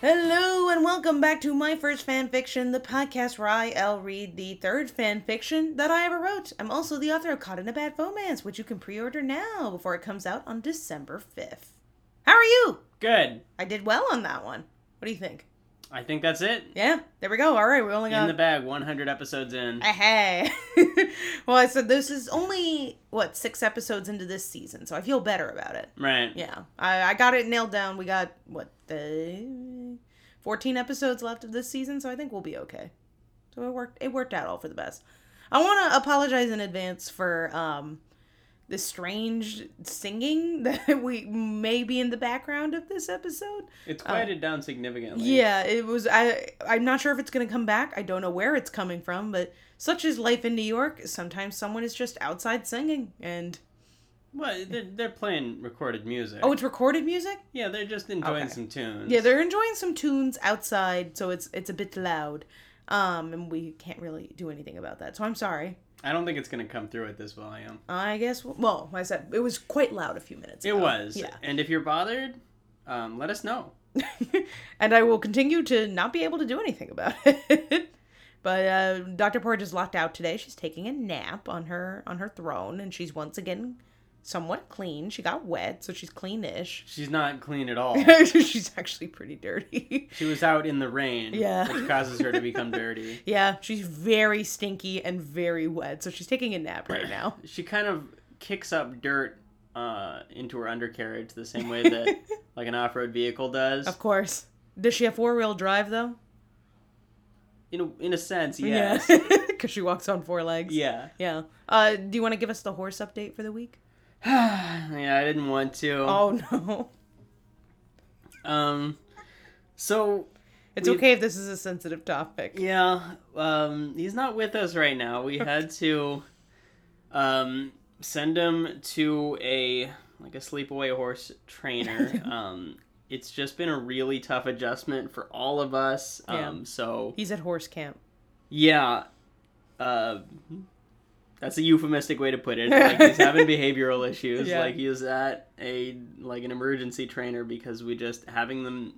Hello and welcome back to my first fan fiction, the podcast where I, L, read the third fan fiction that I ever wrote. I'm also the author of Caught in a Bad Romance, which you can pre-order now before it comes out on December 5th. How are you? Good. I did well on that one. What do you think? I think that's it. Yeah, there we go. All right, we only got In the bag, 100 episodes in. Uh, Hey. well, I said this is only what six episodes into this season, so I feel better about it. Right. Yeah, I, I got it nailed down. We got what the fourteen episodes left of this season, so I think we'll be okay. So it worked. It worked out all for the best. I want to apologize in advance for um the strange singing that we may be in the background of this episode. It's quieted down significantly. Oh. Yeah, it was. I I'm not sure if it's gonna come back. I don't know where it's coming from, but such is life in New York. Sometimes someone is just outside singing, and Well, they're, they're playing recorded music. oh, it's recorded music. yeah, they're just enjoying Okay. some tunes. Yeah, they're enjoying some tunes outside, so it's it's a bit loud, um, and we can't really do anything about that. So I'm sorry. I don't think it's going to come through at this volume. I guess. Well, I said it was quite loud a few minutes. It ago. was. Oh, Yeah. And if you're bothered, um, let us know. and I will continue to not be able to do anything about it. but uh, Dr. Porridge is locked out today. She's taking a nap on her on her throne, and she's once again somewhat clean. She got wet, so she's cleanish. She's not clean at all. she's actually pretty dirty. she was out in the rain, Yeah. which causes her to become dirty. yeah, she's very stinky and very wet, so she's taking a nap right now. She kind of kicks up dirt uh, into her undercarriage the same way that like an off-road vehicle does. Of course. Does she have four wheel drive though? In a, in a sense, yes. Because she walks on four legs. Yeah. Yeah. Uh, do you want to give us the horse update for the week? yeah, I didn't want to. Oh no. Um, so It's We- okay if this is a sensitive topic. yeah, um, he's not with us right now. We had to, um, send him to a like a sleepaway horse trainer. um, it's just been a really tough adjustment for all of us. Yeah. Um, so He's at horse camp. yeah, uh, that's a euphemistic way to put it. Like he's having behavioral issues. Yeah. Like he is at a like an emergency trainer because we just having them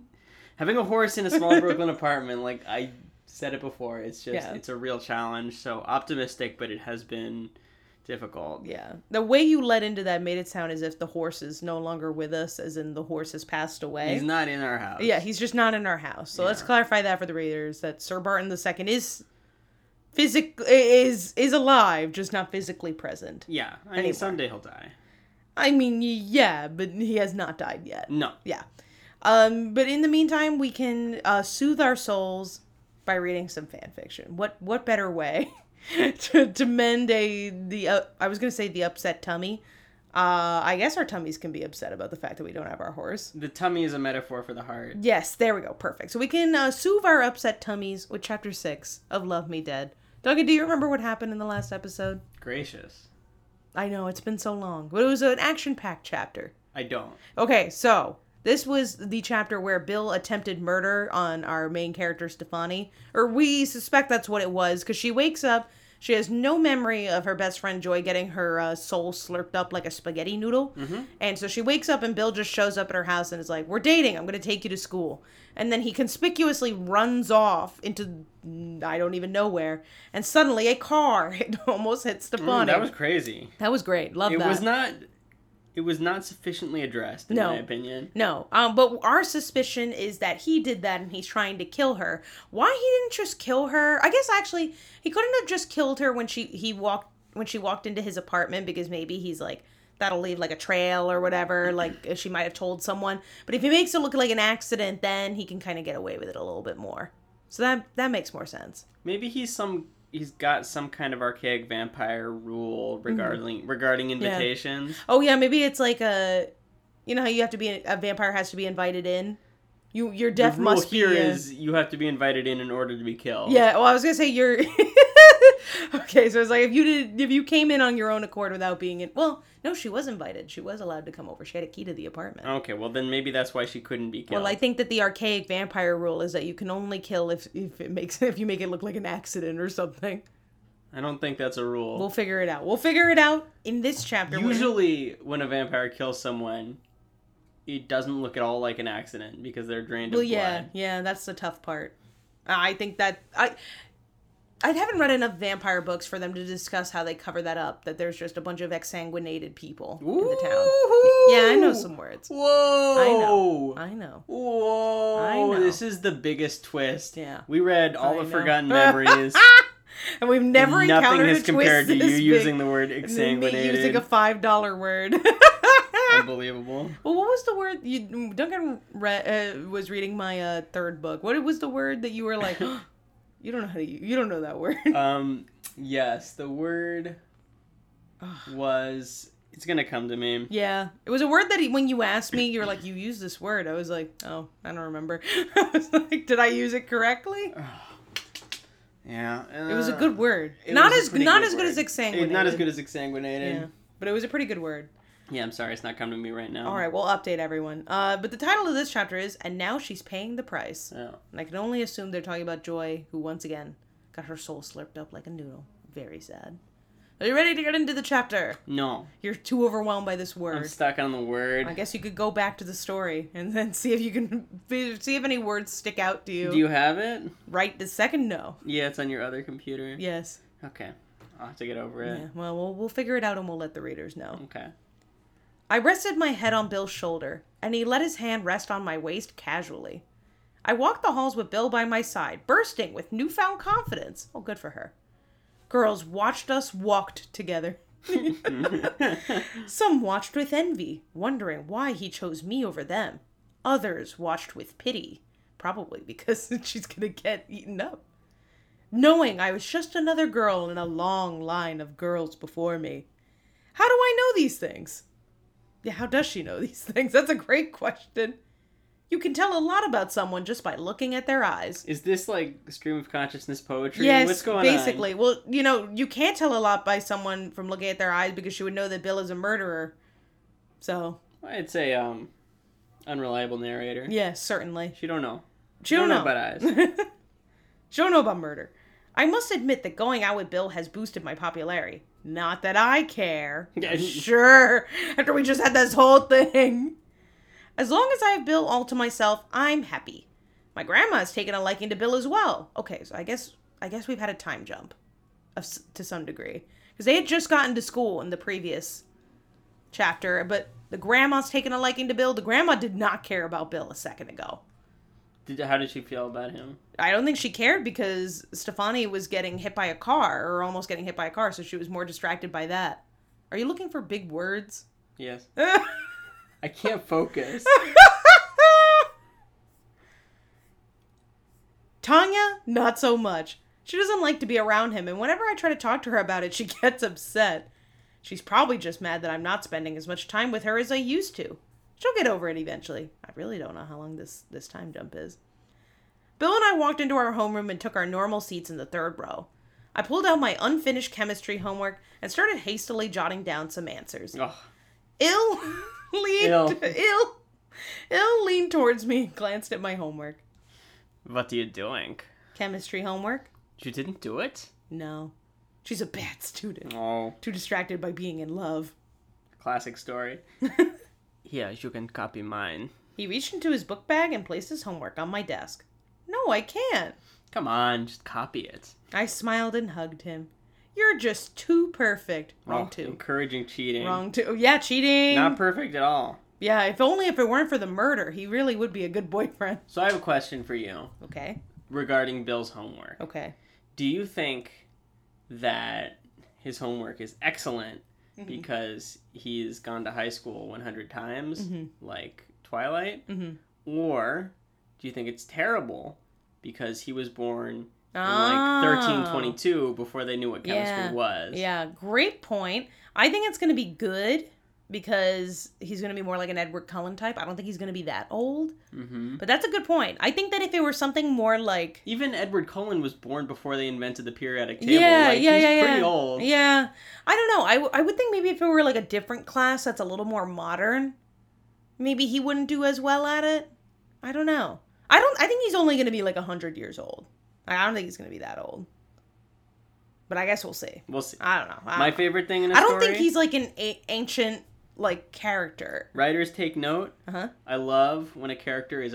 having a horse in a small Brooklyn apartment. Like I said it before, it's just Yeah. it's a real challenge. So optimistic, but it has been difficult. Yeah. The way you led into that made it sound as if the horse is no longer with us, as in the horse has passed away. He's not in our house. yeah, he's just not in our house. So let's Yeah. clarify that for the readers that Sir Barton II is physically is is alive, just not physically present. yeah. I mean, Anywhere. someday he'll die. I mean, yeah, but he has not died yet. No. Yeah. Um, but in the meantime, we can uh, soothe our souls by reading some fan fiction. What what better way to, to mend a the uh, I was gonna say the upset tummy. Uh, I guess our tummies can be upset about the fact that we don't have our horse. The tummy is a metaphor for the heart. Yes, there we go. Perfect. So we can uh, soothe our upset tummies with chapter six of Love Me Dead. Doggy, do you remember what happened in the last episode? Gracious. I know it's been so long, but it was an action-packed chapter. I don't. Okay, so this was the chapter where Bill attempted murder on our main character Stefani, or we suspect that's what it was because she wakes up. She has no memory of her best friend Joy getting her uh, soul slurped up like a spaghetti noodle. Mm-hmm. And so she wakes up, and Bill just shows up at her house and is like, We're dating. I'm going to take you to school. And then he conspicuously runs off into mm, I don't even know where. And suddenly a car almost hits Stefani. Mm, that was crazy. that was great. Love it that. was not it was not sufficiently addressed in No. my opinion No, um, but our suspicion is that he did that and he's trying to kill her. Why he didn't just kill her? I guess actually he couldn't have just killed her when she he walked when she walked into his apartment because maybe he's like that'll leave like a trail or Mm-hmm. whatever. Like uh, she might have told someone. But if he makes it look like an accident, then he can kind of get away with it a little bit more. So that that makes more sense. maybe he's some he's got some kind of archaic vampire rule Mm-hmm. regarding regarding invitations Oh yeah, maybe it's like a, you know how you have to be a vampire has to be invited in. You your death the rule must here be a- is you have to be invited in in order to be killed Yeah, well, I was gonna say you're okay. So it's like if you did, if you came in on your own accord without being in. Well, no, she was invited. She was allowed to come over. She had a key to the apartment. okay well then maybe that's why she couldn't be killed Well, I think that the archaic vampire rule is that you can only kill if if it makes if you make it look like an accident or something. i don't think that's a rule We'll figure it out. We'll figure it out in this chapter. usually when a vampire kills someone it doesn't look at all like an accident because they're drained Well, of yeah, blood. yeah, that's the tough part. I think that I I haven't read enough vampire books for them to discuss how they cover that up. That there's just a bunch of exsanguinated people in the town. Woo-hoo! Yeah, I know some words. Whoa! I know. I know. Whoa! I know. This is the biggest twist. Yeah. We read all I the know. forgotten memories. And we've never Nothing encountered has a compared to twist you this using big the word and then me exsanguinated. using a five dollar word. Unbelievable. Well, what was the word you Duncan re- uh, was reading my uh, third book? What was the word that you were like, you don't know how to u- you don't know that word? Um. Yes, the word was. It's gonna come to me. yeah, it was a word that he, when you asked me, you were like, you used this word. I was like, oh, I don't remember. I was like, did I use it correctly? Yeah. It was a uh, good word. it Not was a as pretty not good as good word. as Eh, exsanguinated. Not as good as Yeah, exsanguinated. but it was a pretty good word. Yeah. I'm sorry, it's not coming to me right now. All right, we'll update everyone. Uh, but the title of this chapter is, and now she's paying the price. Yeah. And I can only assume they're talking about Joy, who once again got her soul slurped up like a noodle. Very sad. Are you ready to get into the chapter? No, You're too overwhelmed by this I'm word. stuck on the word. I guess you could go back to the story and then see if you can see if any words stick out to you. Do you have it? Right the second, no. Yeah, it's on your other computer. Yes. Okay. I'll have to get over Yeah. it. Well, we'll we'll figure it out and we'll let the readers know. Okay. I rested my head on Bill's shoulder, and he let his hand rest on my waist casually. I walked the halls with Bill by my side, bursting with newfound confidence. Oh, good for her. Girls watched us walked together. Some watched with envy, wondering why he chose me over them. Others watched with pity, probably because she's going to get eaten up. Knowing I was just another girl in a long line of girls before me. How do I know these things? Yeah, how does she know these things? That's a great question. You can tell a lot about someone just by looking at their eyes. Is this like stream of consciousness poetry? Yes, What's going basically. Well, you know, you can't tell a lot by someone from looking at their eyes because she would know that Bill is a murderer. So, on? I'd say um, unreliable narrator. yeah, certainly. She don't know. She don't, Don't know know about eyes. she don't know about murder. I must admit that going out with Bill has boosted my popularity. Not that I care. Yeah. sure. After we just had this whole thing. As long as I have Bill all to myself, I'm happy. My grandma's taken a liking to Bill as well. Okay, so I guess I guess we've had a time jump, of, s- to some degree, because they had just gotten to school in the previous chapter, but the grandma's taken a liking to Bill. The grandma did not care about Bill a second ago. Did, how did she feel about him? I don't think she cared because Stefani was getting hit by a car or almost getting hit by a car, so she was more distracted by that. Are you looking for big words? Yes. I can't focus. Tanya, not so much. She doesn't like to be around him, and whenever I try to talk to her about it, she gets upset. She's probably just mad that I'm not spending as much time with her as I used to. She'll get over it eventually. I really don't know how long this, this time jump is. Bill and I walked into our homeroom and took our normal seats in the third row. I pulled out my unfinished chemistry homework and started hastily jotting down some answers Ugh. ill leaned ill. Ill. ill leaned towards me and glanced at my homework What are you doing? chemistry homework You didn't do it? no she's a bad student Oh, too distracted by being in love classic story. Here, you can copy mine. he reached into his book bag and placed his homework on my desk no i can't Come on, just copy it. i smiled and hugged him you're just too perfect wrong Oh, two Encouraging cheating. wrong two yeah cheating Not perfect at all. yeah if only if it weren't for the murder he really would be a good boyfriend So I have a question for you okay regarding Bill's homework. okay do you think that his homework is excellent Mm-hmm. because he's gone to high school 100 times Mm-hmm. like twilight Mhm. or do you think it's terrible because he was born in Ah. like 1322 before they knew what chemistry Yeah. was Yeah, great point. I think it's going to be good because he's going to be more like an Edward Cullen type. I don't think he's going to be that old, hmm but that's a good point. I think that if it were something more like even edward cullen was born before they invented the periodic table like, he's pretty old Yeah. I don't know. I, w- I would think maybe if it were like a different class that's a little more modern, maybe he wouldn't do as well at it. I don't know. I don't I think he's only going to be like 100 years old. I I don't think he's going to be that old. But I guess we'll see. we'll see I don't know. I don't my know. favorite thing in a Uh, I don't story think he's like an a- ancient like character. Writers take note. Uh-huh. I love when a character is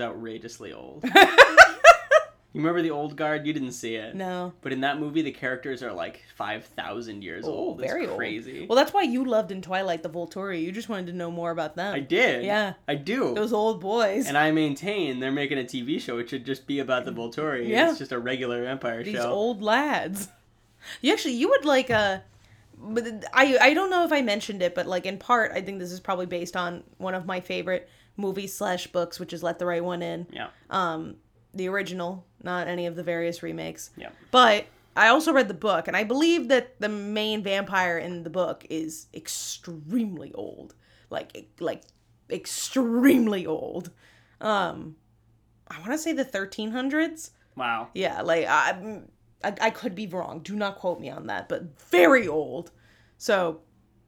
outrageously old. you remember the old guard? You didn't see it. No. But in that movie, the characters are like 5,000 years Oh, old. It's very old. crazy. Well, that's why you loved in Twilight the Volturi. You just wanted to know more about them. I did. Yeah. I do. Those old boys. and I maintain they're making a TV show. It should just be about the Volturi. Yeah. It's just a regular Empire these show. old lads. You actually, you would like a. But I I don't know if I mentioned it, but like in part, I think this is probably based on one of my favorite movies slash books, which is Let the Right One In, yeah. the original, not any of the various remakes. Yeah. But I also read the book, and I believe that the main vampire in the book is extremely old, like e, like extremely old. Um, I want to say the 1300s. Wow. Yeah, like I, mm, I, I could be wrong. Do not quote me on that, but very old. So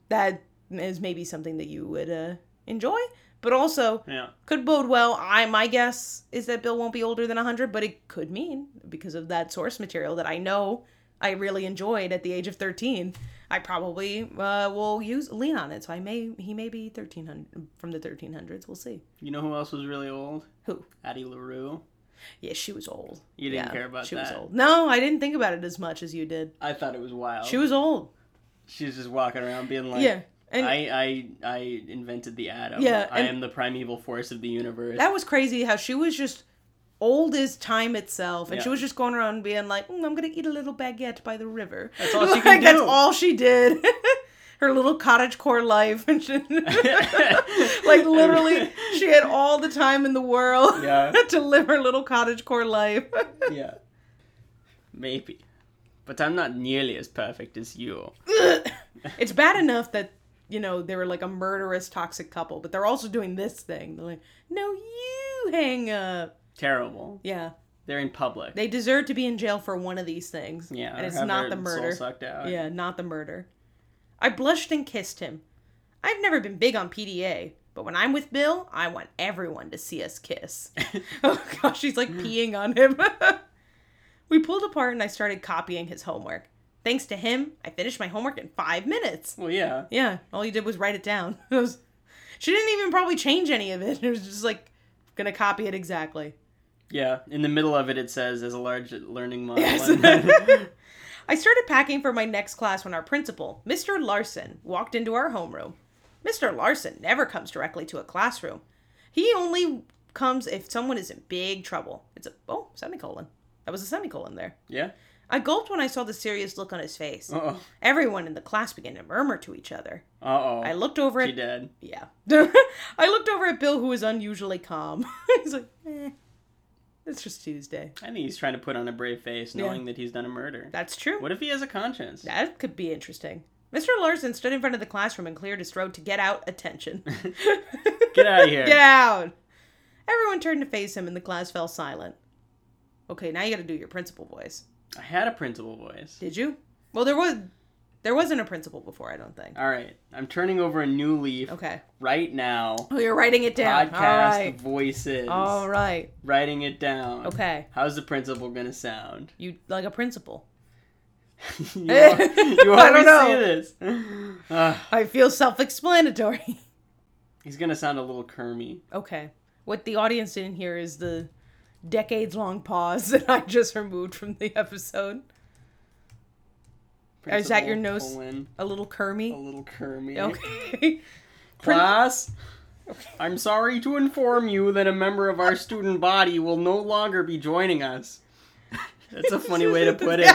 that is maybe something that you would uh, enjoy, but also Yeah. could bode well. I my guess is that Bill won't be older than 100, but it could mean because of that source material that I know I really enjoyed at the age of 13. I probably uh, will use lean on it, so I may he may be 1300 from the 1300s. We'll see. You know who else was really old? Who? Addie LaRue. Yeah, she was old. You didn't Yeah, care about she that. was old. No, I didn't think about it as much as you did. I thought it was wild. She was old. She's just walking around being like, yeah, and I, I I invented the atom. Yeah, I and- am the primeval force of the universe. that was crazy how she was just old as time itself, and she Yeah. was just going around being like, "Mm, "I'm gonna eat a little baguette by the river." That's all she Like, can That's do. all she did. Her little cottage core life, and she, like literally, she had all the time in the world Yeah. to live her little cottage core life. yeah. Maybe. But I'm not nearly as perfect as you. it's bad enough that you know they were like a murderous toxic couple but they're also doing this thing they're like no you hang up Terrible. yeah They're in public. they deserve to be in jail for one of these things yeah. and or it's have not their the murder Soul sucked out. yeah not the murder i blushed and kissed him i've never been big on pda but when i'm with bill i want everyone to see us kiss oh gosh she's like peeing on him we pulled apart and i started copying his homework thanks to him i finished my homework in five minutes Well, yeah. yeah, all you did was write it down. It was- she didn't even probably change any of it. It was just like gonna copy it exactly. Yeah. In the middle of it, it says, as a large learning model. Yes. and then- I started packing for my next class when our principal, Mr. Larson, walked into our homeroom. Mr. Larson never comes directly to a classroom. He only comes if someone is in big trouble. It's a oh, semicolon. That was a semicolon there. yeah. I gulped when I saw the serious look on his face. Uh oh. Everyone in the class began to murmur to each other. I Uh oh. looked over at She dead. Yeah. I looked over at Bill, who was unusually calm. he's like, eh, it's just Tuesday. I think he's trying to put on a brave face, Yeah. knowing that he's done a murder. That's true. What if he has a conscience? That could be interesting. Mr. Larson stood in front of the classroom and cleared his throat to get out attention. Get out of here. Get out! Everyone turned to face him, and the class fell silent. Okay, now you gotta do your principal voice. I had a principal voice. Did you? Well, there was. There wasn't a principal before, I don't think. All right. I'm turning over a new leaf Okay. right now. Oh, you're writing it down. Podcast All right. voices. All right. Writing it down. Okay. How's the principal gonna sound? You like a principal. you, Eh. al- I you don't always know. see this. Ah, I feel self-explanatory. he's gonna sound a little Kermy. Okay. What the audience didn't hear is the decades long pause that I just removed from the episode. Is that your nose? A little A Kermy. little Kermy. Okay. Class. I'm sorry to inform you that a member of our student body will no longer be joining us. That's a funny way to put it.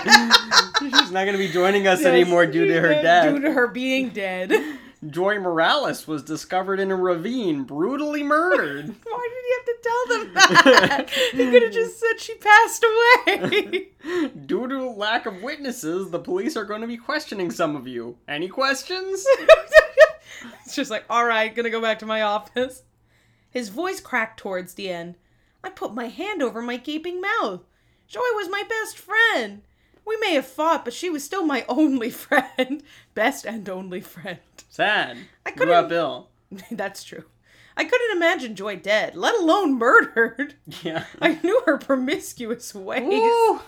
She's not going to be joining us anymore due to her Due death. to her being dead. Joy Morales was discovered in a ravine, brutally murdered. Why did you have to tell them that? he could have just said she passed away. Due to lack of witnesses, the police are going to be questioning some of you. Any questions? it's just like, all right, gonna go back to my office. His voice cracked towards the end. I put my hand over my gaping mouth. Joy was my best friend. We may have fought, but she was still my only friend. Best and only friend. Sad. I What about couldn't- Bill? That's true. I couldn't imagine Joy dead, let alone murdered. Yeah. I knew her promiscuous ways Ooh,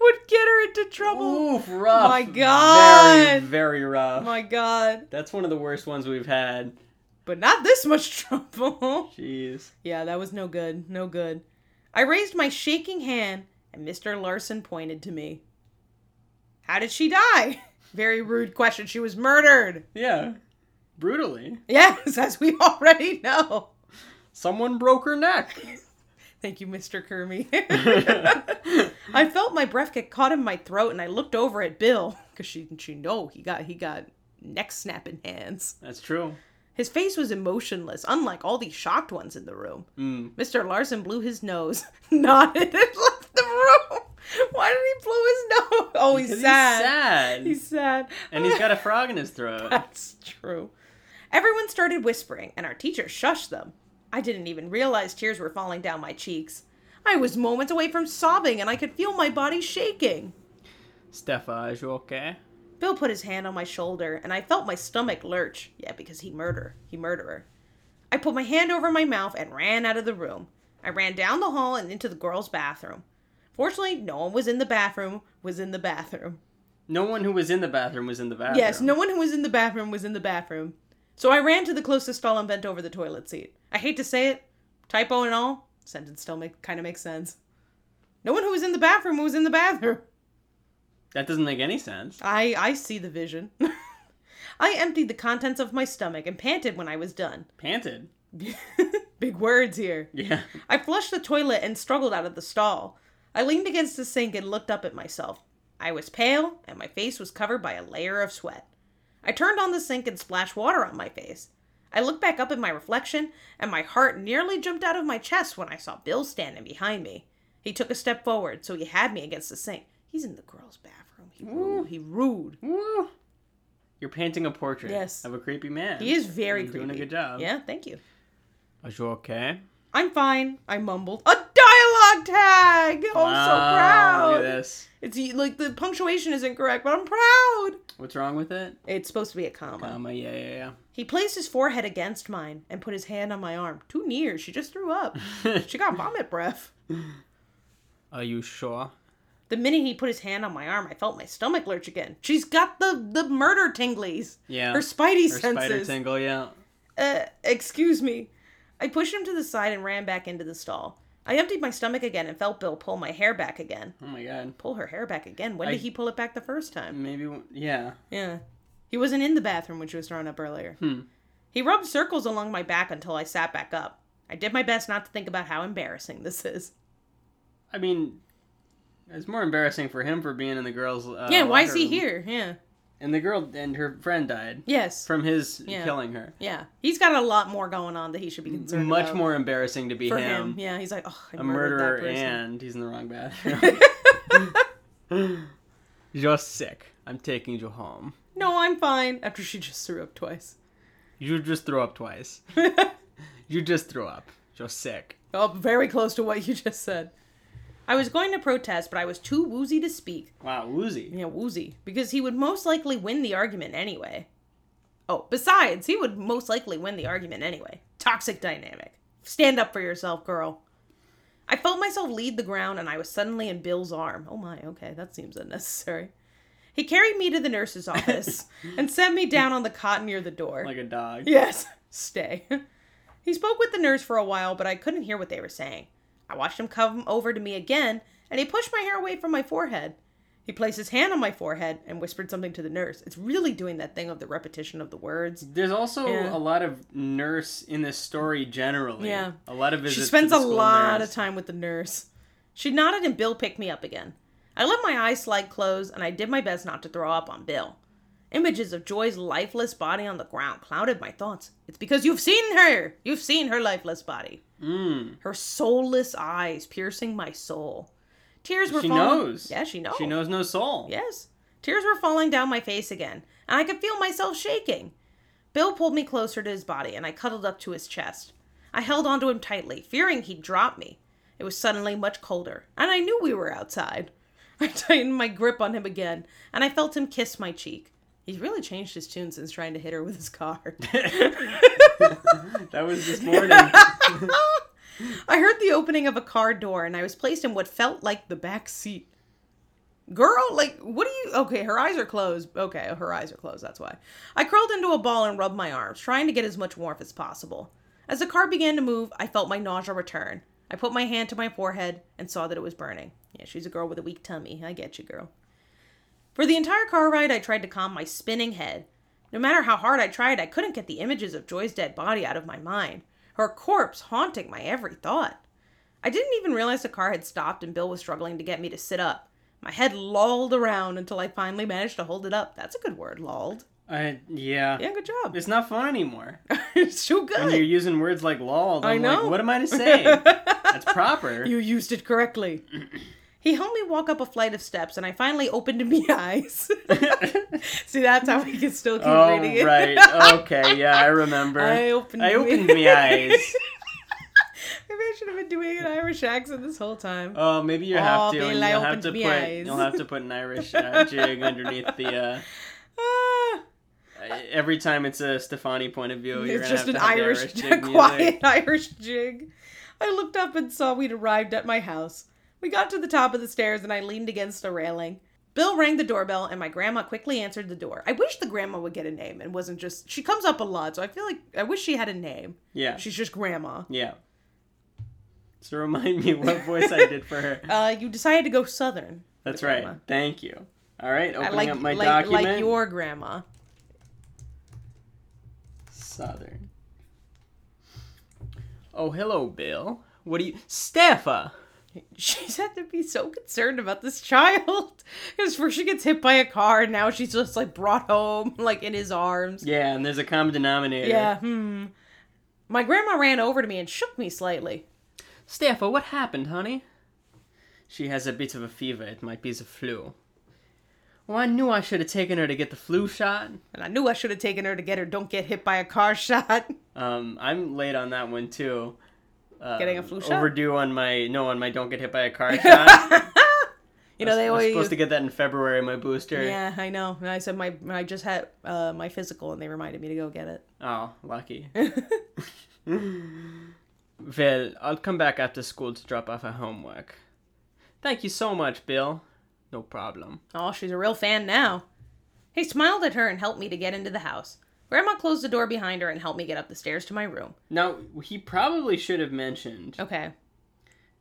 would get her into trouble. oof, rough. My God. Very, very rough. Oh my god. That's one of the worst ones we've had. but not this much trouble. Jeez. yeah, that was no good. No good. I raised my shaking hand, and Mr. Larson pointed to me. How did she die? Very rude question. She was murdered. Yeah. Brutally. Yes, as we already know. Someone broke her neck. Thank you, Mr. Kermy. I felt my breath get caught in my throat, and I looked over at Bill because she she know he got he got neck snapping hands. That's true. His face was emotionless, unlike all these shocked ones in the room. Mm. Mr. Larson blew his nose, nodded, and left the room. Why did he blow his nose? Oh, he's Because sad. sad. He's sad. And he's got a frog in his throat. That's true. Everyone started whispering, and our teacher shushed them. I didn't even realize tears were falling down my cheeks. I was moments away from sobbing, and I could feel my body shaking. Steph, are you okay? Bill put his hand on my shoulder, and I felt my stomach lurch. Yeah, because he murder. He murderer. I put my hand over my mouth and ran out of the room. I ran down the hall and into the girls' bathroom. Fortunately, no one was in the bathroom, was in the bathroom. No one who was in the bathroom was in the bathroom. Yes, no one who was in the bathroom was in the bathroom. So I ran to the closest stall and bent over the toilet seat. I hate to say it, typo and all, sentence still make kind of makes sense. No one who was in the bathroom was in the bathroom. That doesn't make any sense. I I see the vision. I emptied the contents of my stomach and panted when I was done. Panted. Big words here. Yeah. I flushed the toilet and struggled out of the stall. I leaned against the sink and looked up at myself. I was pale, and my face was covered by a layer of sweat. I turned on the sink and splashed water on my face. I looked back up at my reflection, and my heart nearly jumped out of my chest when I saw Bill standing behind me. He took a step forward, so he had me against the sink. He's in the girls' bathroom. He rude. He rude. Woo. You're painting a portrait Yes. of a creepy man. He is very You're creepy. doing a good job. Yeah, thank you. Are you okay? I'm fine. I mumbled. A dialogue tag. Oh, I'm so Wow, proud. Look at this. It's like the punctuation isn't correct, but I'm proud. What's wrong with it? It's supposed to be a comma. Um, yeah, yeah, He placed his forehead against mine and put his hand on my arm. Too near. She just threw up. yeah. she got vomit breath. Are you sure? The minute he put his hand on my arm, I felt my stomach lurch again. She's got the the murder tinglies. Yeah. Her spidey Her spider senses. tingle, yeah. uh, excuse me. I pushed him to the side and ran back into the stall. I emptied my stomach again and felt Bill pull my hair back again. Oh my god. Pull her hair back again. When I- Mm. did he pull it back the first time? Maybe, yeah. Yeah. He wasn't in the bathroom when she was thrown up earlier. Hmm. He rubbed circles along my back until I sat back up. I did my best not to think about how embarrassing this is. I mean, it's more embarrassing for him for being in the girl's. Uh, yeah, why is he locker here? room. Yeah. And the girl and her friend died Yes. from his Yeah. killing her. Yeah. He's got a lot more going on that he should be concerned Much about. more embarrassing to be for him, him. Yeah, he's like, oh, I a murdered murderer, that person. and he's in the wrong bathroom. You're sick. I'm taking you home. No, I'm fine. After she just threw up twice. You just threw up twice. you just threw up. You're sick. Oh, very close to what you just said. I was going to protest, but I was too woozy to speak. Wow, woozy. Yeah, woozy. Because he would most likely win the argument anyway. Oh, besides, he would most likely win the argument anyway. Toxic dynamic. Stand up for yourself, girl. I felt myself lead the ground and I was suddenly in Bill's arm. Oh my, okay, that seems unnecessary. He carried me to the nurse's office and set me down on the cot near the door. Like a dog. Yes, stay. he spoke with the nurse for a while, but I couldn't hear what they were saying. I watched him come over to me again, and he pushed my hair away from my forehead. He placed his hand on my forehead and whispered something to the nurse. It's really doing that thing of the repetition of the words. There's also Yeah. a lot of nurse in this story generally. Yeah. A lot of visits. She to spends the a school lot nurse. of time with the nurse. She nodded, and Bill picked me up again. I let my eyes slide closed, and I did my best not to throw up on Bill. Images of Joy's lifeless body on the ground clouded my thoughts. It's because you've seen her! You've seen her lifeless body. Mm. her soulless eyes piercing my soul. Tears were She falling. knows. Yeah, she knows. Hmm. She knows no soul. Yes. Tears were falling down my face again, and I could feel myself shaking. Bill pulled me closer to his body, and I cuddled up to his chest. I held onto him tightly, fearing he'd drop me. It was suddenly much colder, and I knew we were outside. I tightened my grip on him again, and I felt him kiss my cheek. He's really changed his tune since trying to hit her with his car. That was this morning. I heard the opening of a car door and I was placed in what felt like the back seat. Girl, like, what do you. Okay, her eyes are closed. Okay, her eyes are closed, that's why. I curled into a ball and rubbed my arms, trying to get as much warmth as possible. As the car began to move, I felt my nausea return. I put my hand to my forehead and saw that it was burning. Yeah, she's a girl with a weak tummy. I get you, girl. For the entire car ride, I tried to calm my spinning head. No matter how hard I tried, I couldn't get the images of Joy's dead body out of my mind, her corpse haunting my every thought. I didn't even realize the car had stopped and Bill was struggling to get me to sit up. My head lolled around until I finally managed to hold it up. That's a good word, lolled. I yeah. Yeah, good job. It's not fun anymore. it's too good. When you're using words like lol, I'm I know. like, what am I to say? That's proper. You used it correctly. he helped me walk up a flight of steps, and I finally opened my eyes. See, that's how we can still keep oh reading it. right. Okay. Yeah, I remember. I opened. I me- opened my eyes. Maybe I should have been doing an Irish accent this whole time. Oh, maybe you Oh, have to. Bill, and I you'll have opened to my put. eyes. You'll have to put an Irish uh, jig underneath the. Uh, Ah, every time it's a Stefani point of view, you're it's gonna just have an to have the Irish, jig music. quiet Irish jig. I looked up and saw we'd arrived at my house. We got to the top of the stairs, and I leaned against a railing. Bill rang the doorbell, and my grandma quickly answered the door. I wish the grandma would get a name and wasn't just. She comes up a lot, so I feel like I wish she had a name. Yeah. She's just grandma. Yeah. So remind me what voice I did for her. Uh, you decided to go southern. That's with right. grandma. Thank you. All right, I opening like up my like, document. like your grandma. Southern. Oh, hello, Bill. What do you, Staffa? She's had to be so concerned about this child because first she gets hit by a car, and now she's just like brought home like in his arms. Yeah, and there's a common denominator. Yeah. Hmm. My grandma ran over to me and shook me slightly. Staffa, what happened, honey? She has a bit of a fever. It might be the flu. Well, I knew I should have taken her to get the flu shot. And I knew I should have taken her to get her don't get hit by a car shot. Um, I'm late on that one too. Um, Getting a flu shot? Overdue on my no on my don't get hit by a car shot. you know, they I was always. supposed to get that in February, my booster. yeah, I know. And I said my I just had uh, my physical, and they reminded me to go get it. Oh, lucky. well, I'll come back after school to drop off her homework. Thank you so much, Bill. No problem. Oh, she's a real fan now. He smiled at her and helped me to get into the house. Grandma closed the door behind her and helped me get up the stairs to my room. Now he probably should have mentioned Okay.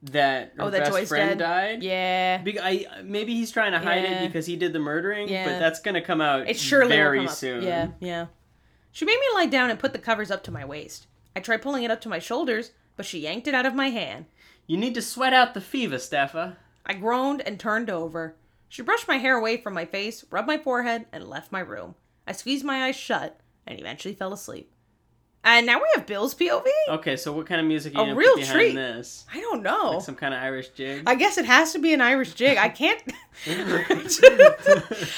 that her Oh, that best Joyce friend died. Yeah. Be- I, maybe he's trying to hide Yeah. it because he did the murdering, Yeah. but that's gonna come out It surely very will come up. soon. Yeah, yeah. She made me lie down and put the covers up to my waist. I tried pulling it up to my shoulders, but she yanked it out of my hand. You need to sweat out the fever, Staffa. I groaned and turned over. She brushed my hair away from my face, rubbed my forehead, and left my room. I squeezed my eyes shut and eventually fell asleep. And now we have Bill's POV? Okay, so what kind of music are you A gonna real put behind treat. this? I don't know. Some kind of Irish jig. I guess it has to be an Irish jig. I can't. I-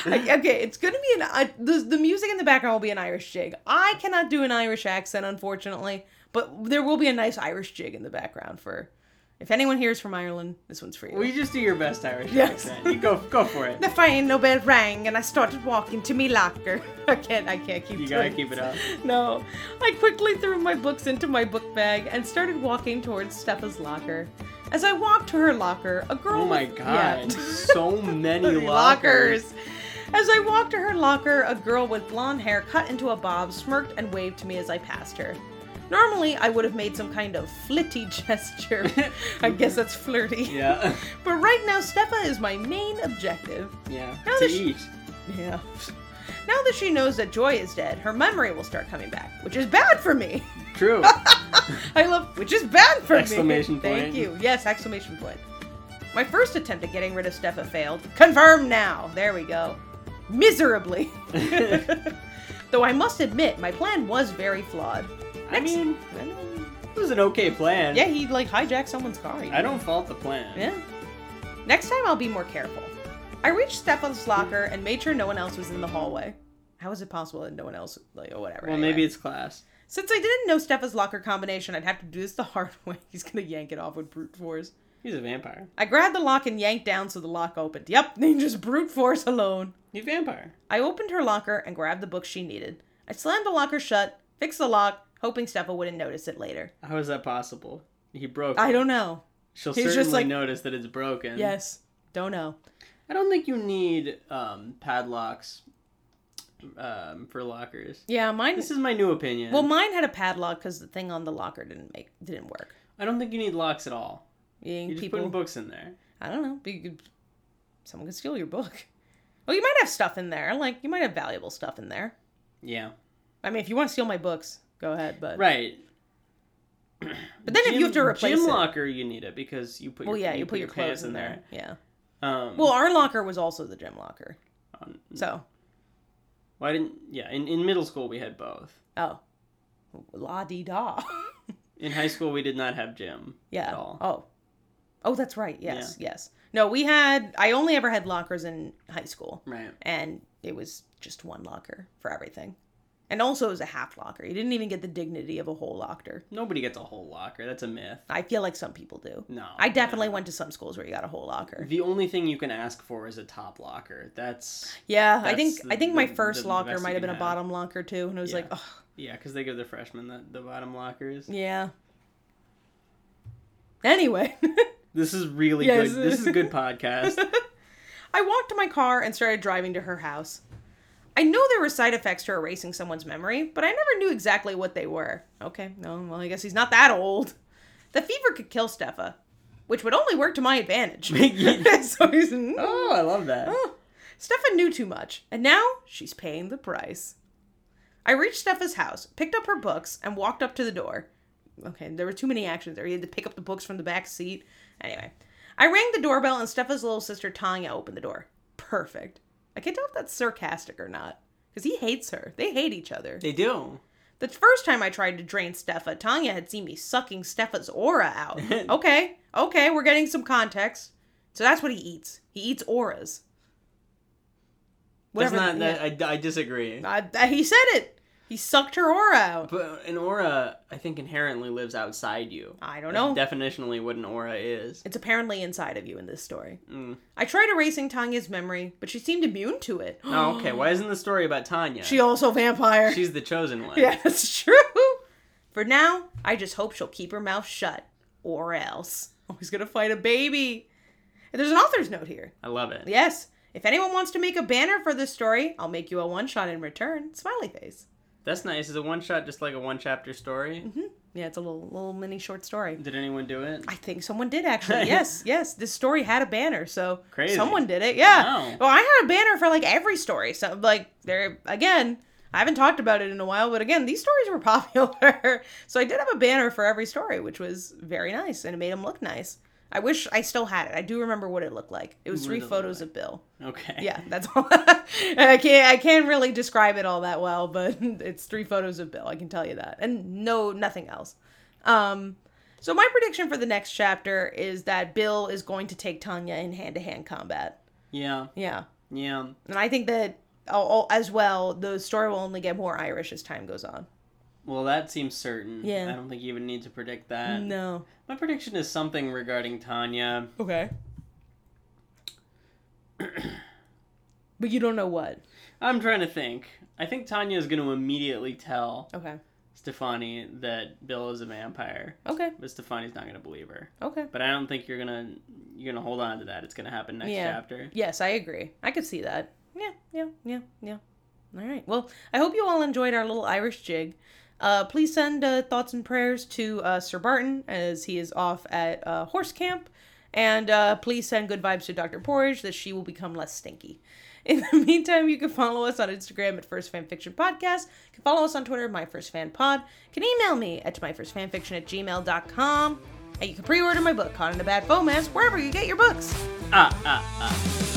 okay, it's gonna be an. I, the the music in the background will be an Irish jig. I cannot do an Irish accent, unfortunately, but there will be a nice Irish jig in the background for. If anyone hears from Ireland, this one's for you. Well, you just do your best Irish Yes. accent. You go, go for it. the fine Nobel rang, and I started walking to me locker. I can't. I can't keep. You doing gotta this. keep it up. No, I quickly threw my books into my book bag and started walking towards Steffa's locker. As I walked to her locker, a girl. Oh my with- god, Yeah. so many Bloody lockers. lockers. As I walked to her locker, a girl with blonde hair cut into a bob smirked and waved to me as I passed her. Normally, I would have made some kind of flitty gesture. I guess that's flirty. Yeah, But right now, Steffa is my main objective. yeah. Now to that she- eat. Yeah. Now that she knows that Joy is dead, her memory will start coming back, which is bad for me. True. I love, which is bad for Exclamation me. point. Thank you. Yes, exclamation point. My first attempt at getting rid of Steffa failed. Confirm now. There we go. Miserably. Though I must admit, my plan was very flawed. I mean, I know. it was an okay plan. yeah, he like hijacked someone's car. you I know. don't fault the plan. Yeah. Next time I'll be more careful. I reached Steffa's locker and made sure no one else was in the hallway. How is it possible that no one else, like, or whatever? Well, anyway. maybe it's class. Since I didn't know Steffa's locker combination, I'd have to do this the hard way. He's gonna yank it off with brute force. He's a vampire. I grabbed the lock and yanked down so the lock opened. Yep, then just brute force alone. He's a vampire. I opened her locker and grabbed the book she needed. I slammed the locker shut, fixed the lock, hoping Steffa wouldn't notice it later. How is that possible? He broke. I it. don't know. She'll he's certainly just like- notice that it's broken. Yes, don't know. I don't think you need um, padlocks um, for lockers. Yeah, mine. This is my new opinion. well, mine had a padlock because the thing on the locker didn't make didn't work. I don't think you need locks at all. Being You're just people, putting books in there. I don't know. But you could, someone could steal your book. Well, you might have stuff in there. Like you might have valuable stuff in there. Yeah. I mean, if you want to steal my books, go ahead. But Right. but then if you have to replace gym it, locker, you need it because you put well, your, yeah, you, put, your pants clothes in there. Yeah. Um, Well, our locker was also the gym locker. um, So why didn't yeah? In, in middle school we had both. oh, la di da. In high school we did not have gym yeah. at all. Oh, oh, that's right. Yes, yes. No, we had. I only ever had lockers in high school. Right. and it was just one locker for everything. And also, it was a half locker. You didn't even get the dignity of a whole locker. Nobody gets a whole locker. That's a myth. I feel like some people do. No. I definitely no. went to some schools where you got a whole locker. The only thing you can ask for is a top locker. That's Yeah, I That's think the- I think my the- first the locker best you might have been can a have. bottom locker too, and it was like, Yeah. oh, yeah, because they give the freshmen the, the bottom lockers. yeah. Anyway, This is really Yes. good. This is good podcast. I walked to my car and started driving to her house. I know there were side effects to erasing someone's memory, but I never knew exactly what they were. Okay, no, well, I guess he's not that old. The fever could kill Stefa, which would only work to my advantage. so he's, mm. oh, I love that. Oh. Steffa knew too much, and now she's paying the price. I reached Steffa's house, picked up her books, and walked up to the door. Okay, there were too many actions there. You had to pick up the books from the back seat. Anyway, I rang the doorbell, and Steffa's little sister Tanya opened the door. Perfect. I can't tell if that's sarcastic or not, because he hates her. They hate each other. They do. The first time I tried to drain Steffa, Tanya had seen me sucking Steffa's aura out. okay, okay, we're getting some context. So that's what he eats. He eats auras. That's Whatever not. the- That, I, I disagree. I, I- he said it. He sucked her aura out. But an aura, I think, inherently lives outside you. I don't That's know. Definitionally, what an aura is. It's apparently inside of you in this story. Mm. I tried erasing Tanya's memory, but she seemed immune to it. Oh, okay. Why isn't the story about Tanya? She also vampire. She's the chosen one. yeah, that's true. For now, I just hope she'll keep her mouth shut, or else. Oh, he's gonna fight a baby. And there's an author's note here. I love it. Yes, if anyone wants to make a banner for this story, I'll make you a one shot in return. Smiley face. That's nice. Is a one shot just like a one chapter story? Yeah, it's a little little mini short story. Did anyone do it? I think someone did actually. Yes, yes. This story had a banner, so Crazy. someone did it. Yeah. Wow. Well, I had a banner for like every story. So like there again, I haven't talked about it in a while, but again, these stories were popular. so I did have a banner for every story, which was very nice, and it made them look nice. I wish I still had it. I do remember what it looked like. It was What three did it look photos of Bill. Okay. Yeah, that's all. and I can't I can't really describe it all that well, but it's three photos of Bill. I can tell you that, and no nothing else. Um, so my prediction for the next chapter is that Bill is going to take Tanya in hand to hand combat. Yeah. Yeah, Yeah. and I think that oh, oh, as well the story will only get more Irish as time goes on. Well, that seems certain. Yeah. Mm. I don't think you even need to predict that. No. My prediction is something regarding Tanya. Okay. but you don't know what. I'm trying to think. I think Tanya is going to immediately tell Okay. Stefani that Bill is a vampire, Okay. but Stefani's not going to believe her. Okay. But I don't think you're gonna you're gonna hold on to that. It's gonna happen next Yeah. chapter. Yes, I agree. I could see that. Yeah, yeah, yeah, yeah. All right. Well, I hope you all enjoyed our little Irish jig. Uh, please send uh, thoughts and prayers to uh, Sir Barton as he is off at uh, horse camp. And uh, please send good vibes to Dr. Porridge that she will become less stinky. In the meantime, you can follow us on Instagram at First Fan Fiction Podcast. You can follow us on Twitter at My First Fan Pod. You can email me at myfirstfanfiction at gmail.com. And you can pre order my book, Caught in a Bad Foam Mask, wherever you get your books. Ah ah ah.